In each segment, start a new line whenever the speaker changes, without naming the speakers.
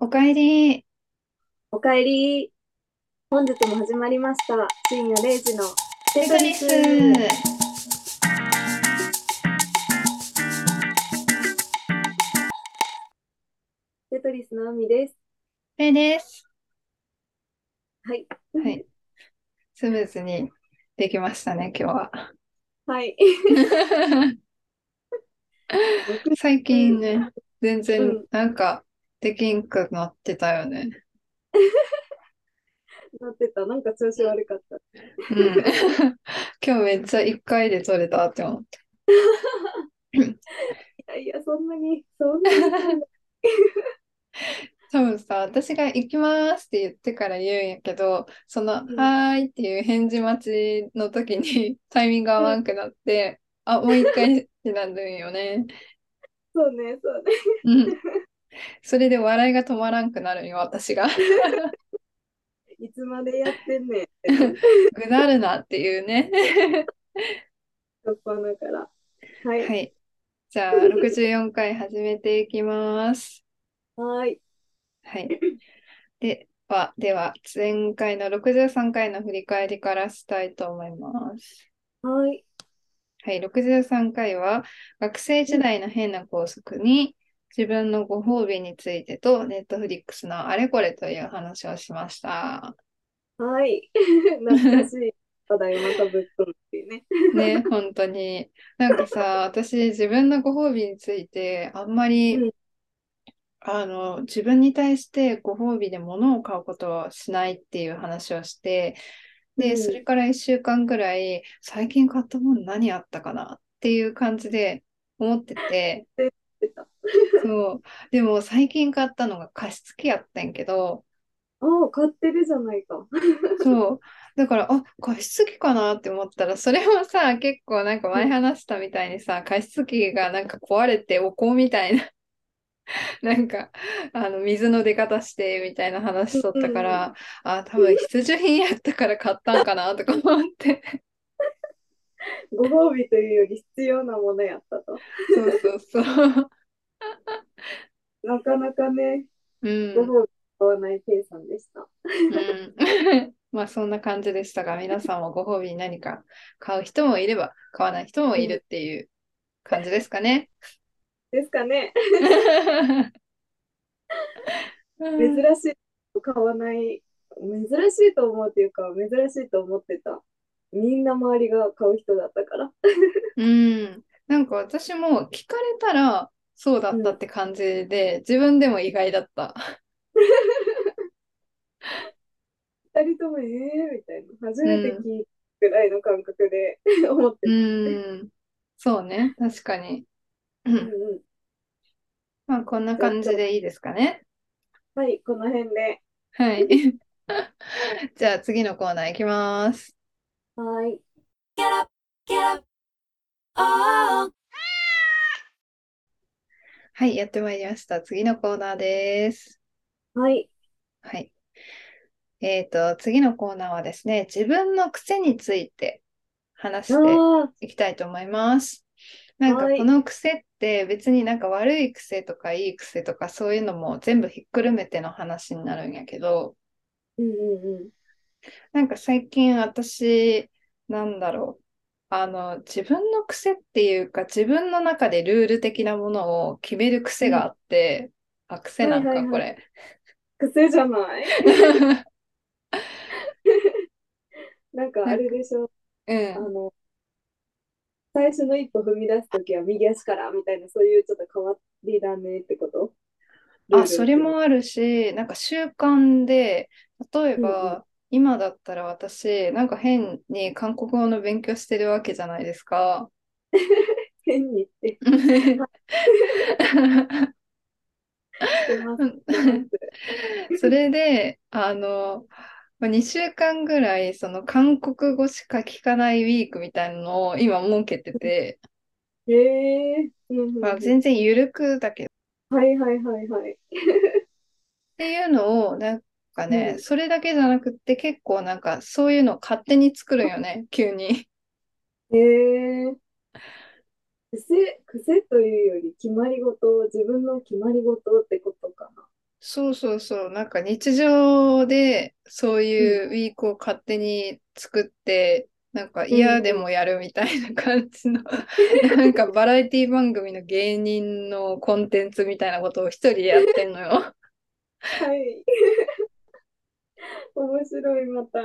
おかえり。
おかえり。本日も始まりました。深夜0時の
テトリス。
テトリスの海です。
れいです。
はい。
はい。スムーズにできましたね、今日 は。
はい。
最
う
近
ん。
ね、全
う
然
ん。
なんかできんくなってたよね。
なってた。なんか調子悪かった。
うん。今日めっちゃ1回で取れたって 思った。
いやいや、そんなに、そんなに取れない。
多分さ、私が行きますって言ってから言うんやけど、その、
うん。
はーいっていう返事待ちの時に タイミング合
う
わ
ん。
んくなって、 あ、もう一回ってなるんよね。
そうね、そうね。
うん。それで笑いが止まらんくなるんよ、私が。
いつまでやってんねんってなる。
ぐだるなっていうね。
しょっぱなから。はい。
はい。じゃあ、64回始めていきます。
はーい。
はい。では、では、前回の63回の振り返りからしたいと思います。
はーい。
はい、63回は学生
う
時
ん。
代の変な校則に自分のご褒美についてとネットフリックスのあれこれという話をしました。
はーい。 懐かしい。話題をまたぶっ込むっていうね。
ね、本当に。なんかさ、私自分のご褒美についてあんま
う
り
ん。
あの自分に対してご褒美で物を買うことはしないっていう話をして、
う
で、それ
ん。
から1週間ぐらい最近買ったもの何あったかなっていう感じで思ってて、
で出た。
そう。でも最近買ったのが加湿器やったんやけど、
ああ、買ってるじゃないか。
そう。だから、あ、加湿器かなって思ったら、それもさ、結構なんか
う
前
ん。
話したみたいにさ、加湿器がなんか壊れてお香みたいな、 なんか、あの、水の出方してみたいな話しとっ
う
たか
ん。
ら、あ、多分必需品やったから買ったんかなとか思って。
ご褒美というより必要なものやったと。
そうそうそう。
なかなかね、
う
ご
ん。
褒美買わない計算でした。
うん。まあそんな感じでしたが、皆さんもご褒美に何か買う人もいれば、買わない人も
う
い
ん。
るっていう感じですかね。
ですかね。
う
珍
ん
しい。買わない。珍しいと思うというか、珍しいと思ってた。みんな周りが買う人だったから。
うん、なんか私も聞かれたらそうだ
う
ったっ
ん。
て感じで、自分でも意外だった。
二人とも、ええー、みたいな。初
う
めて
ん、
聞いたぐらいの感覚で 思ってた。
うん、そうね、確かに。う
うん
ん
うん。
まあこんな
じゃあ
感じ
今日、
でいいですかね。
はい、この辺で。
はい。じゃあ次のコーナーいきます。
はい。
はい、やってまいりました。次のコーナーです。
はい。
はい。えっと、次のコーナーはですね、自分の癖について話して
あ
いきたいと思います。な
あ、
んか
は
こ
い。
の癖って別になんか悪い癖とかいい癖とかそういうのも全部ひっくるめての話になるんやけど、
うんうんうん。
なんか最近私、なんだろう。あの、自分の癖っていうか自分の中でルール的なものを決める
う
癖が
ん。
あって、あ、癖
は
ないんか
はい
こ
はい。
れ。
癖じゃないなんか
な
あ
ん
れ
か、
でしょ。
う
あ
ん。
の、最初の一歩踏み出すときは右足からみたいな、そういうちょっと変わりだねってこと。ル
あ、
ール
そ
を
れ
決める。
もあるし、なんか習慣で、例え
うんうん。
ば、今だったら私、なんか変に韓国語の勉強してるわけじゃないですか。
変にって。はいしてます、してま す。
それで、あの、2週間ぐらい、その韓国語しか聞かないウィークみたいなのを今設けてて、
へえ。うんう
まあ、
んう
全
ん。
然緩くだけど、
はいはいはいはい。
っていうのを、なんか
う
ね、
ん。
それだけじゃなくって、結構なんかそういうのを勝手に作るんよね、急に。
へえ。癖、癖というより決まり事、自分の決まり事ってことかな。
そうそうそう。なんか日常でそういうウィークを勝手に作って、なんか嫌でもやるみたいな感じの、 なんかバラエティ番組の芸人のコンテンツみたいなことを一人でやってんのよ。
はい。 面白い、また。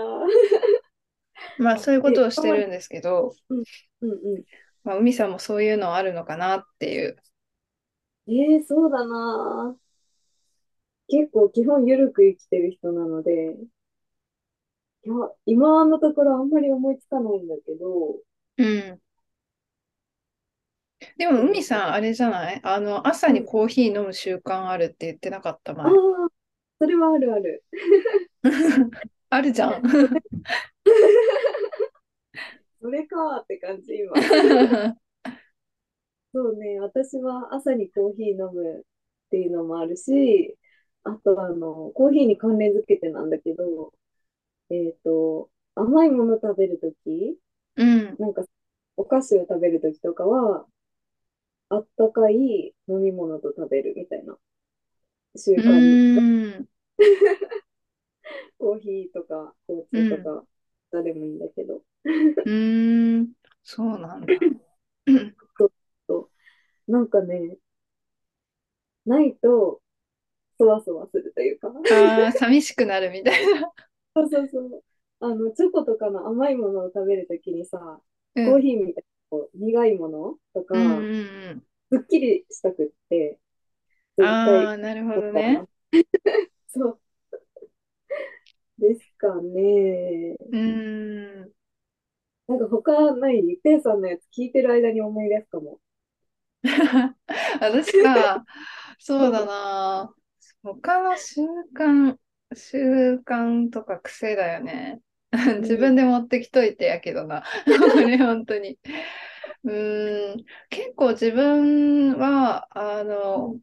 まあそういうことをしてるんですけど、
うんう
まあ、海さんもそういうのあるのかなっていう。
ん。えー、そうだな。結構基本ゆるく生きてる人なので、いや、今のところあんまり思いつかないんだけど、
うん。でも海さんあれじゃないあの朝にコーヒー飲む習慣あるって言ってなかった
ああ
前。
ー、それはあるある。
あるじゃん。
それかーって感じ、今。
う
そうね、私は朝にコーヒー飲むっていうのもあるし、あとあの、コーヒーに関連づけてなんだけど、えっと、甘いもの食べるとき、
ん。
なんかお菓子を食べるときとかは、あったかい飲み物と食べるみたいな習
う
慣に、
ーん。
コーヒーとか紅茶とか、誰もいいんだけど、
うーん。そうなんだ。
なんかね、ないと、そわそわするというか、
ああ、寂しくなるみたいな。
そうそうそう。あの、チョコとかの甘いものを食べるときにさ、
うん
コーヒーみたいなこう苦いものとか、
うんう
す
ん
っきりしたくって、
うん。
絶
あ
対
あ、なるほ
取
ど
った
ね
な。。そう。ですかね。
うーん。
なんか他ないペイさんのやつ聞いてる間に思い出すかも。
私か、そうだな。他の習慣、習慣とか癖だよね。自分で持ってきといてやけどな。これ本当に。うーん。結構自分は、あの、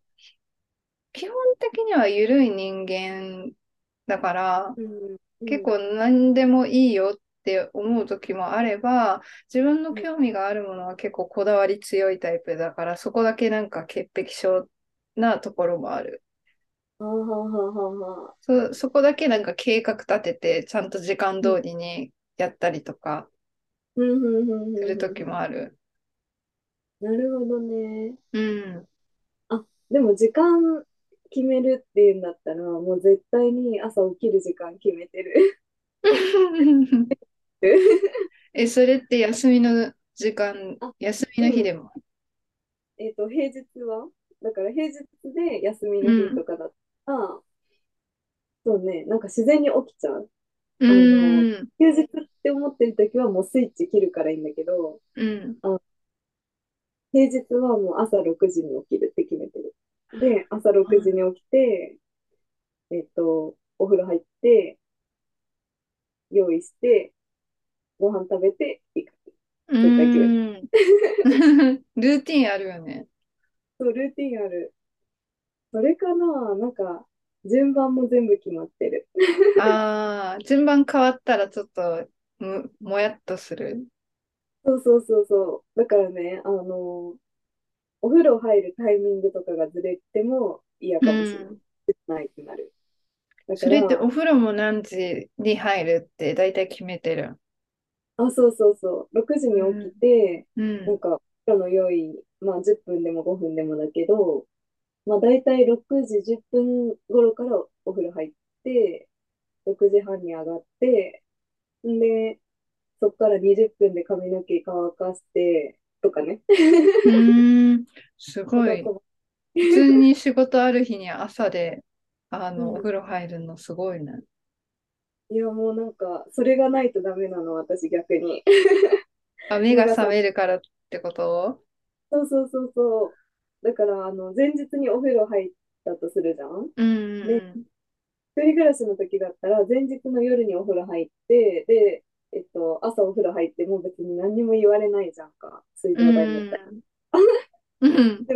基本的には緩い人間だから、
うん。
結構何でもいいよって思う時もあれば、自分の興味があるものは結構こだわり強いタイプだから、そこだけなんか潔癖症なところもある。
うん。はあはあはあはあ。
そ、そこだけなんか計画立てて、ちゃんと時間通りにやったりとか
うんうんうんうん
する時もある。
なるほどね。
うん。
でも時間決めるっていうんだったら、もう絶対に朝起きる時間決めてる。
え、それって休みの時間
あ、
休みの日でも。
えっと、平日はだから平日で休みの日とかだったら、そうね、なんか自然に起きちゃう。
うーん。
休日って思ってる時はもうスイッチ切るからいいんだけど、
うん。
平日はもう朝6時に起きるって決めてる。で、朝6時に起きて、えっと、お風呂入って、用意して、ご飯食べて行く。
う
対嫌い
ーん。 ルーティンあるよね。
そう、ルーティンある。それかな、なんか、順番も全部決まってる。
ああ、順番変わったらちょっとむ、もやっとする。
そうそうそうそう。だからね、あの、お風呂入るタイミングとかがずれても嫌かもしれ
う
ない。ないってなる。だ
それっ
か
て
ら、
お風呂も何時に入るって大体決めてる。
あ、そうそうそう。6時に起きて、
う
なん
ん。
か、今日の用意、まあ10分でも5分でもだけど、まあ大体6時10分頃からお風呂入って、6時半に上がって、んで、そっから20分で髪の毛乾かして、とかね。
うーん。すご い。普通に仕事ある日に朝で、あの、
う
お
ん
風呂入るのすごいね。
いや、もうなんか、それがないとダメなの、私逆に。
あ、目が覚めるからってこと
そうそうそうそう。だから、あの、前日にお風呂入ったとするじゃん。
うんうん
一人暮らしの時だったら、前日の夜にお風呂入って、で、えっと、朝お風呂入っても別に何にも言われないじゃんか。水
う
道
ん。
代もったり。
うん。うん。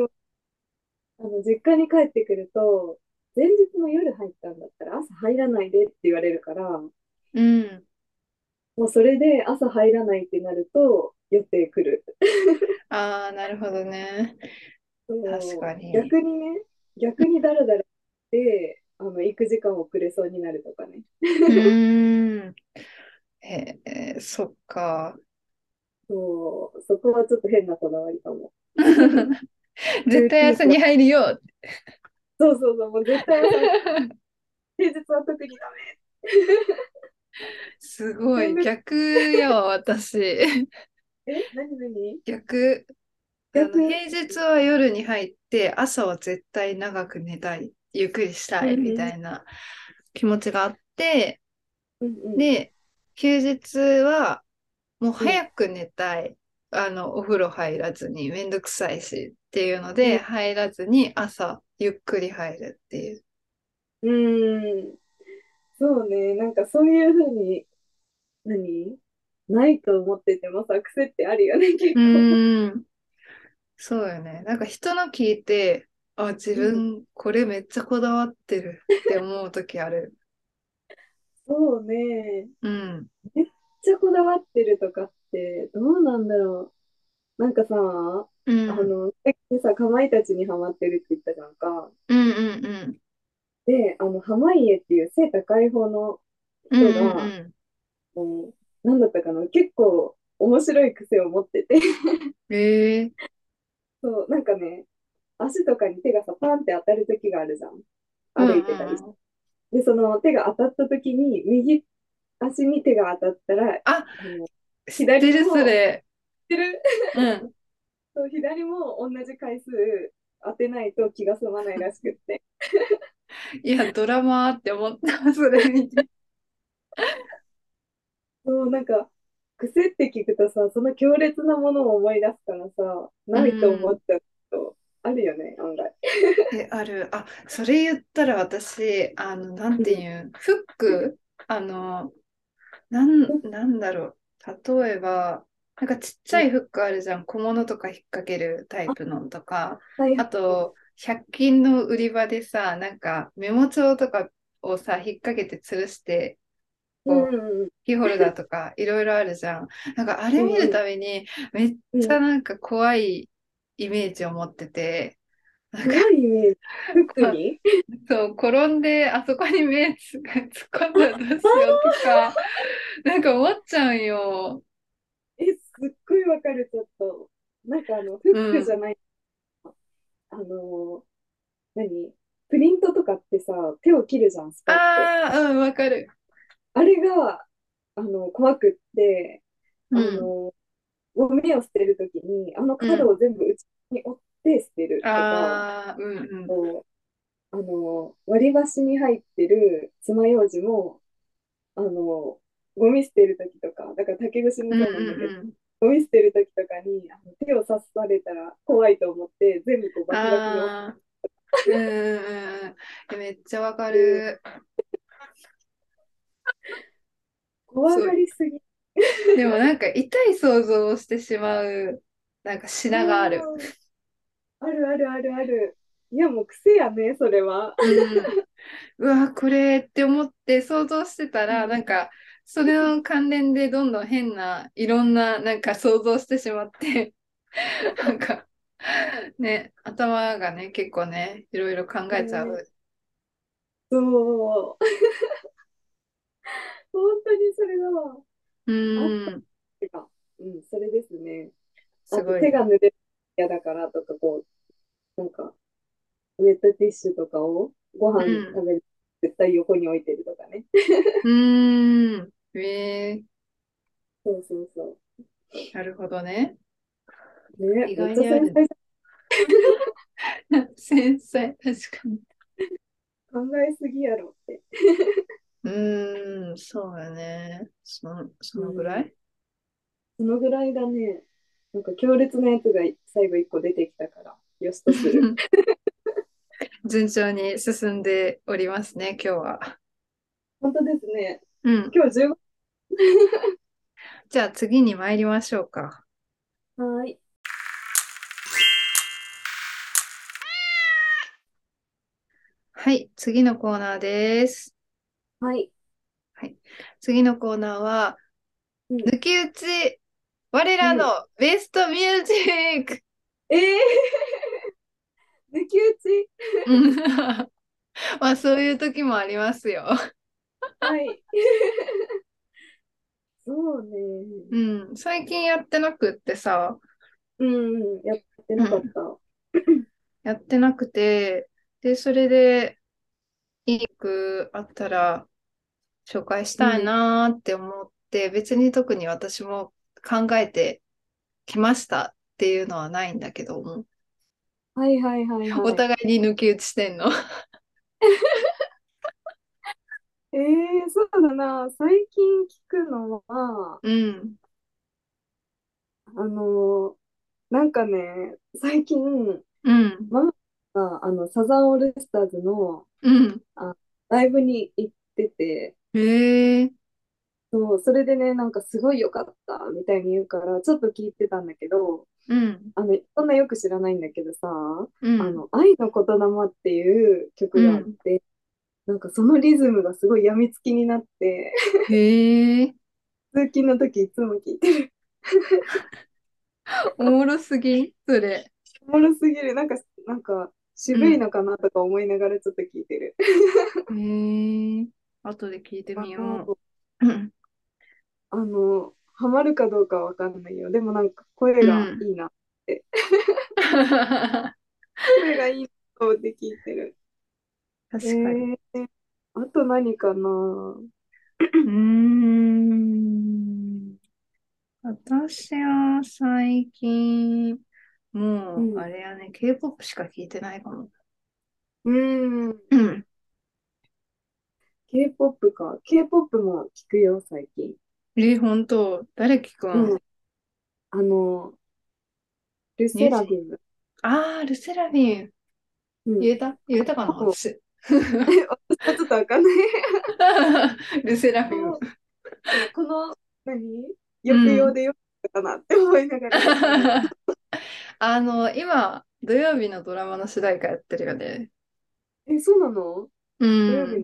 あの、実家に帰ってくると、前日の夜入ったんだったら朝入らないでって言われるから、も
うん。
うそれで朝入らないってなると、予定来る。
ああ、なるほどね。
そう
確かに
逆にね、逆にダラダラして、あ行く時間遅れそうになるとかね。
うーん。へえ、そっか。
そう、そこはちょっと変なこだわりかも。
絶対朝に入るよ。
そうそうそう、もう絶対朝、 平日は特にダ
すごい。逆やわ、私。
メ。え、なになに
逆。あの
逆
平日は夜に入って、朝は絶対長く寝たい、ゆっくりしたい
うんうん
みたいな気持ちがあって、
うんうん。
で、休日はもう早く寝たい。あの、お風呂入らずに、めんどくさいしっていうので、
うん
入らずに朝、ゆっくり入るっていう。
うーん。そうね、なんかそういうふうに、何ないと思っててもさ、癖ってあるよね、結
う
構。
ーん。 そうよね。なんか人の聞いて、あ、自分これめっちゃこだわってるって思う時ある。
そうね。
うん。
めっちゃこだわってるとかって、どうなんだろう。なんかさ、
う
あ
ん。
の、さっきさ、かまいたちにハマってるって言ったじゃんか。
うんうんうん。
で、あの、濱家っていう背高い方の
うん
人
うん
が、もう、なんだったかな、結構面白い癖を持って て、
うん。ええ
そう、なんかね、足とかに手がさ、パンって当たる時があるじゃん。
うん
歩いてたりして。で、その手が当たった時に、右足に手が当たったら、
あ
の、
知ってるそれ。
知ってる
うん。
そう、左も同じ回数当てないと気が済まないらしくって。
いや、ドラマーって思った、それ見て。
そう、なんか、癖って聞くとさ、その強烈なものを思い出すからさ、ないと思っちゃうと、あるよね、案外。
え、ある。あ、それ言ったら私、あの、なんていうん、フック、あの、なん、なんだろう。例えば、なんかちっちゃいフックあるじゃん。小物とか引っ掛けるタイプのとか、
はい
あと、100均の売り場でさ、なんかメモ帳とかをさ、引っ掛けて吊るして、
う
こ
ん
う、
うん
キーホルダーとかいろいろあるじゃん。なんかあれ見るたびにめっ
うん。
ちゃなんか怖いイメージを持ってて、なんか
怖いイメージ。服に
そう、転んであそこに目つが突っ込んだらどうしようと か、なんか思っちゃうよ。
え、すっごいわかる、ちょっと。なんかあの、フックじゃない、あの、何プリントとかってさ、手を切るじゃん、スパイって。
ああ、うん、わかる。
あれが、あの、怖くって、あ
うん。
の、ゴミを捨てるときに、あの角を全部内に折って捨てるとか、
ああ、うんうん。
こうあの、割り箸に入ってる爪楊枝も、あの、ゴミ捨てるときとか、だから竹串も
う
そうんな
うん
だけど、
ん
ゴミ捨てるときとかに、あの、手を刺されたら怖いと思って、全部こう
うん。
バキバキに折っ
ああ、うんうんうんうん。めっちゃわかる。
怖がりすぎ。
でもなんか痛い想像をしてしまう、なんか品がある。
うんあるあるあるある。いや、もう癖やね、それは。
うん、 うわ、これって思って想像してたら、
うん
なんか、それの関連でどんどん変な、いろんな、なんか想像してしまって、 なんか、ね、頭がね、結構ね、いろいろ考えちゃう。
そう。本当にそれだわ。
うん、
てか、うん、それですね。あ
す
と
ごい
手。が濡れるの嫌だからとか、こう、なんか、ウェットティッシュとかをご飯
うん
食べる、絶対横に置いてるとかね。
うん、え
そうそうそ
ー、なるほどね。
う。ね、め
意
っちゃ
外にある 繊
繊細
細、確かに。
考えすぎやろって。
うん、そうだね。その、そのぐらい
そのぐらいだね。なんか強烈なやつが最後一個出てきたから、よしと する。
順調に進んでおりますね、今日は。
本当ですね。
うん。
今日15
じゃあ次に参りましょうか。
分。はい。
はい、次のコーナーです。
はい。
次のコーナーは、
うん
抜き打ち、我らのベストミュージッ ク、
えー、抜き打ち
うんまあそういう時もありますよ。
はい。そうね。
うん。最近やってなくってさ、
うん、やってなかった。
やってなくて、で、それで、いい句あったら紹介したいなーって思って、別に特に私も考えてきましたっていうのはないんだけども、
はいはいはいはい。
お互いに抜き打ちしてんの。
えー、そうだな。最近聞くのは、
うん。
あの、なんかね、最近、
うん。
ああの、サザンオールスターズの
うん。
ライブに行ってて、
へえ。
そう、それでね、なんかすごい良かったみたいに言うから、ちょっと聞いてたんだけど、
うん。
あの、そんなよく知らないんだけどさ、
うん。
あの、愛の言霊っていう曲があって、なんかそのリズムがすごい病みつきになって、
へえ。
通勤の時いつも聞いてる。
おもろすぎんそれ。
おもろすぎる。なんか、なんか、渋いのかなとか思いながらちょっと聞いてる。
へえ。後で聞いてみよう。うん。
あの、ハマるかどうかはわかんないよ。でもなんか声がいいな。声がいいなと思って聞いてる。
確かに。
えーあと何かな
うーん。私は最近、も
う
う、
ん
あれやね、K-POP しか聞いてないかも。
うん。
うん。
K-POP か。K-POP も聞くよ、最近。
え、本当誰聞くん
うん。あの、ルセラフィム。
あー、ルセラフィン。
うん
言えた言えたかな
うん
私
ちょっとわかんない。
ルセラフィン
こ。の、何抑揚でよかったかなって思いな がら。
あの、今、土曜日のドラマの主題歌やってるよね。
え、そうなの
う
土曜
ん。
日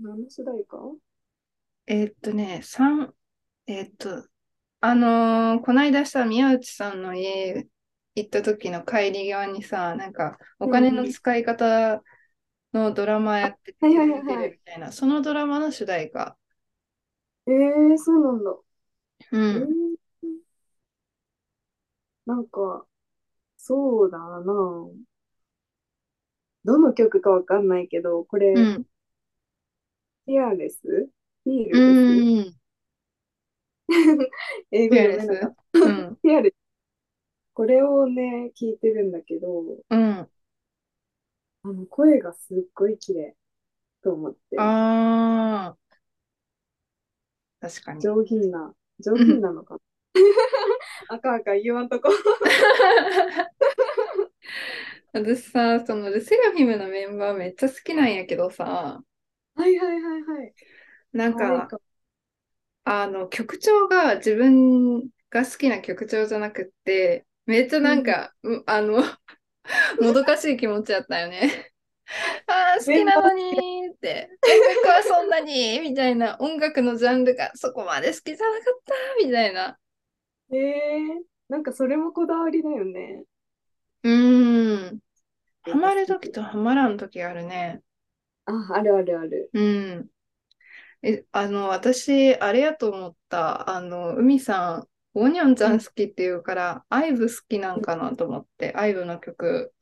の何の主題歌
えーっとね、三えーっと、あのーこないださ、宮内さんの家行った時の帰り際にさ、なんか、お金の使い方のドラマやってて、
うんはいはいはい
見てるみたいな、そのドラマの主題歌。
えー、そうなんだ。
う
えー
ん。
なんか、そうだな。どの曲かわかんないけど、これ、
うん。
ティアレスティールです。
うん。
英語
ピアレ
読め
ス
なかった。
うん。
ティアレス。これをね、聞いてるんだけど、
うん。
あの、声がすっごい綺麗と思って、
あー。確かに。
上品な、上品なの かな。赤赤言わんとこ。
私さ、そのルセラフィムのメンバーめっちゃ好きなんやけどさ、
はいはいはいはい。
なん
可愛い
か、あの、曲調が自分が好きな曲調じゃなくって、めっちゃなんか、うあの、 もどかしい気持ちやったよ ね。ああ、好きなのにーって、音楽はそんなにみたいな、音楽のジャンルがそこまで好きじゃなかったみたいな。
えー、なんかそれもこだわりだよね。
うーん。ハマる時とハマらん時あるね。
あ、あるあるある。
うん。え、あの、私、あれやと思った。あの、海さん、オニョンちゃん好きって言うから、アイブ好きなんかなと思って、アイブの曲。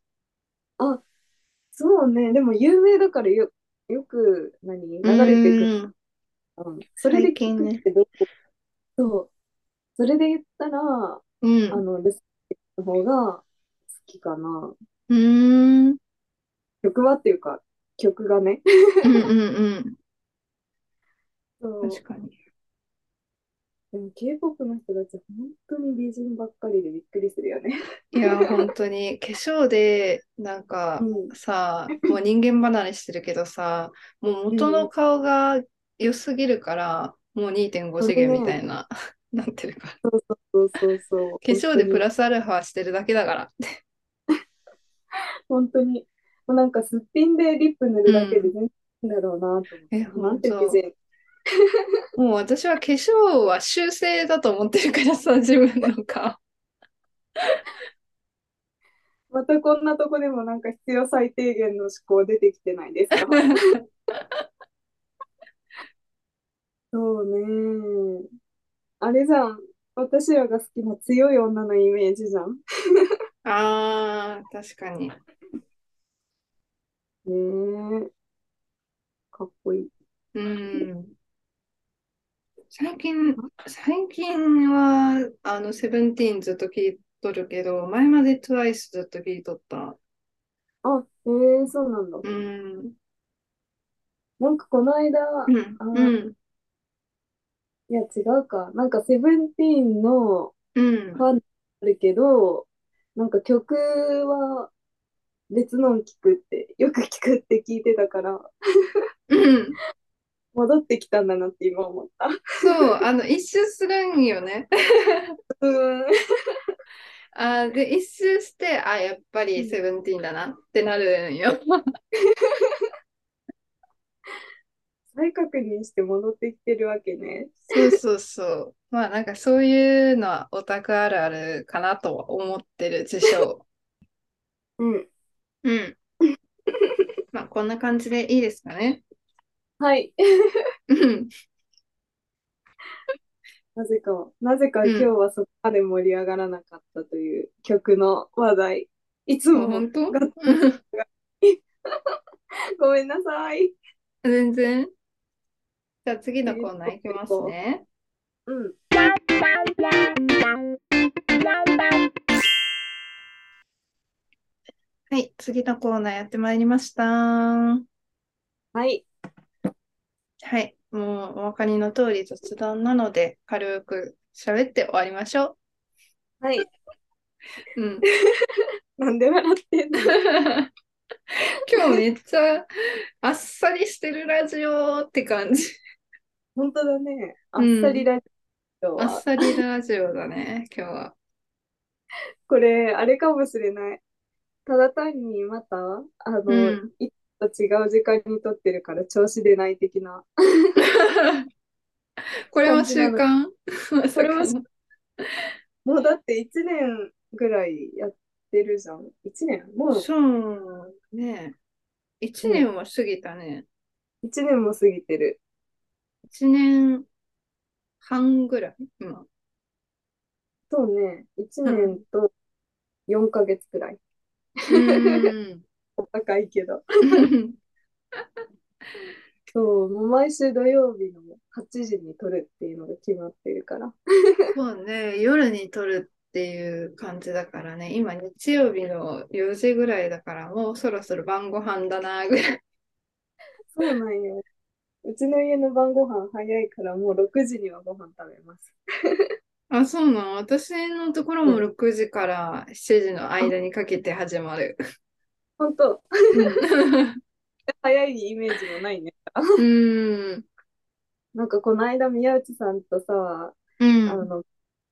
そうね、でも有名だからよ、よく何、流れてくる。
うん
うん、それで
最
聞
近
く
ね
けど、そう。それで言ったら、
う
あ
ん。
の、ルスの方が好きかな。
うーん。
曲はっていうか、曲がね。
うんうん
そ
うん。
う。
確かに。
でも K-POP の人たち、本当に美人ばっかりでびっくりするよね。
いや、本当に、化粧で、なんか、
うん。
さ、もう人間離れしてるけどさ、もう元の顔が良すぎるから、もう2.5次元みたいな、 なってるから。
そうそうそう。
化粧でプラスアルファしてるだけだから。
本当に。もうなんかすっぴんでリップ塗るだけで全然いいんだろうなと思って。
え、
な
本
んて
当
美人。
もう私は化粧は修正だと思ってるからさ、自分の顔。
ままたこんなとこでもなんか必要最低限の思考出てきてないですか そうね。あれじゃん。私らが好きな強い女のイメージじゃん。
ああ、確かに。
ねえ。かっこいい。
うん。最近、最近は、あの、セブンティーンずっと聞いとるけど、前まで TWICE ずっと聞いとった。
あ、へえ、そうなんだ。
うん。
なんかこの間、
うん。
あ
うん。
いや違うか。なんかセブンティーンの
うん。
ファンあるけど、なんか曲は別のん聞くって、よく聞くって聞いてたから、
うん。
戻ってきたんだなって今思った。
そう、あの、一周するんよね。
うん。
あーで、一周して、あ、やっぱりセブンティーンだなってなるんよ。
再確認して戻ってきてるわけね。
そうそうそう。まあなんかそういうのはオタクあるあるかなとは思ってる自称。
うん。
うん。まあこんな感じでいいですかね。
はい。
うん。
なぜか、なぜか今日はそこまで盛り上がらなかったという曲の話題。いつ
あ
も
本当
が
うん
ごめんなさい。
全然。じゃあ次のコーナーいきますね。
うん。
はい、次のコーナーやってまいりました。は
はい。
い、もうお分かりの通り雑談なので軽く喋って終わりましょ
はい。
う。 うん。
なんで笑ってんの
今日めっちゃあっさりしてるラジオって感じ。
本当だね。あっ
うん
さりラジオ
あ
は、
っさりラジオだね、今日は。
これ、あれかもしれない。ただ単にまた、あの、
うん
いつもと違う時間に撮ってるから調子出ない的な。
これも習慣
これも習もうだって1年ぐらいやってるじゃん。1年もう
そうね。1年は過ぎたね。
1年も過ぎてる。
1年半ぐらい今。
そうね。1年と4ヶ月くらい。
うん。
お高いけど。そう、もう毎週土曜日の8時に撮るっていうのが決まってるから。
そうね、夜に撮るっていう感じだからね、今日曜日の4時ぐらいだから、もうそろそろ晩ご飯だなぐらい。
そうなんよ。うちの家の晩ご飯早いからもう6時にはご飯食べます。
あ、そうなの。私のところも6時から7時の間にかけて始まる。
本当、
うん
早いイメージもないね。
うん。
なんかこの間宮内さんとさ、
う
あ
ん。
の、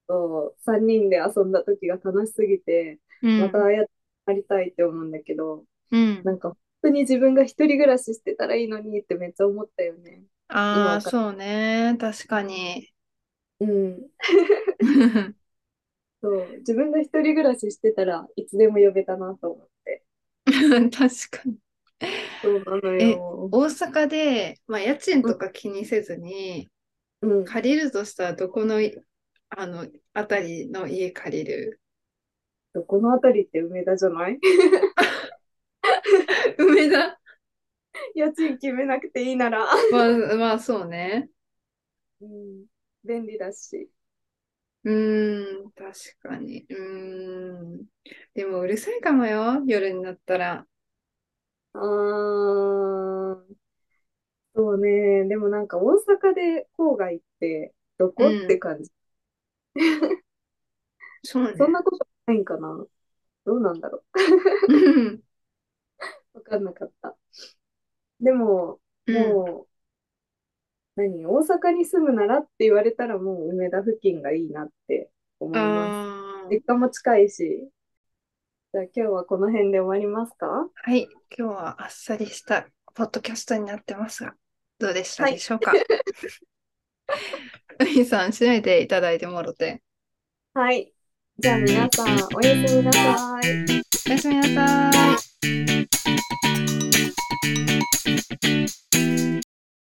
と3人で遊んだ時が楽しすぎて、
うん
またああやってやりたいって思うんだけど、
うん。
なんか本当に自分が一人暮らししてたらいいのにってめっちゃ思ったよね。
ああ、
今か
そうね。確か に。
うん。
うん
そう、自分が一人暮らししてたらいつでも呼べたなと思って。
確かに。
そうなの
え
よ。
大阪で、まあ、家賃とか気にせずに、
うん。
借りるとしたらどこの、あの、あたりの家借りる
どこの辺りって梅田じゃない
梅田
家賃決めなくていいなら。
まあ、まあ、そうね。
うん。便利だし。
うーん、確かに。うーん。でも、うるさいかもよ。夜になったら。
あー、そうね。でもなんか大阪で郊外ってどこ
うん
って感じ。
そうね
そんなことないんかなどうなんだろ
うん。
う。わかんなかった。でも、
うん
もう、何大阪に住むならって言われたらもう梅田付近がいいなって思います。
あー
実家も近いし。じゃあ今日はこの辺で終わりますか
はい、今日はあっさりしたポッドキャストになってますが、どうでした
はい
でし ょうか。海さん、締めていただいてもろて。
はい。じゃあ皆さん、おやすみなさい。
おやすみなさい。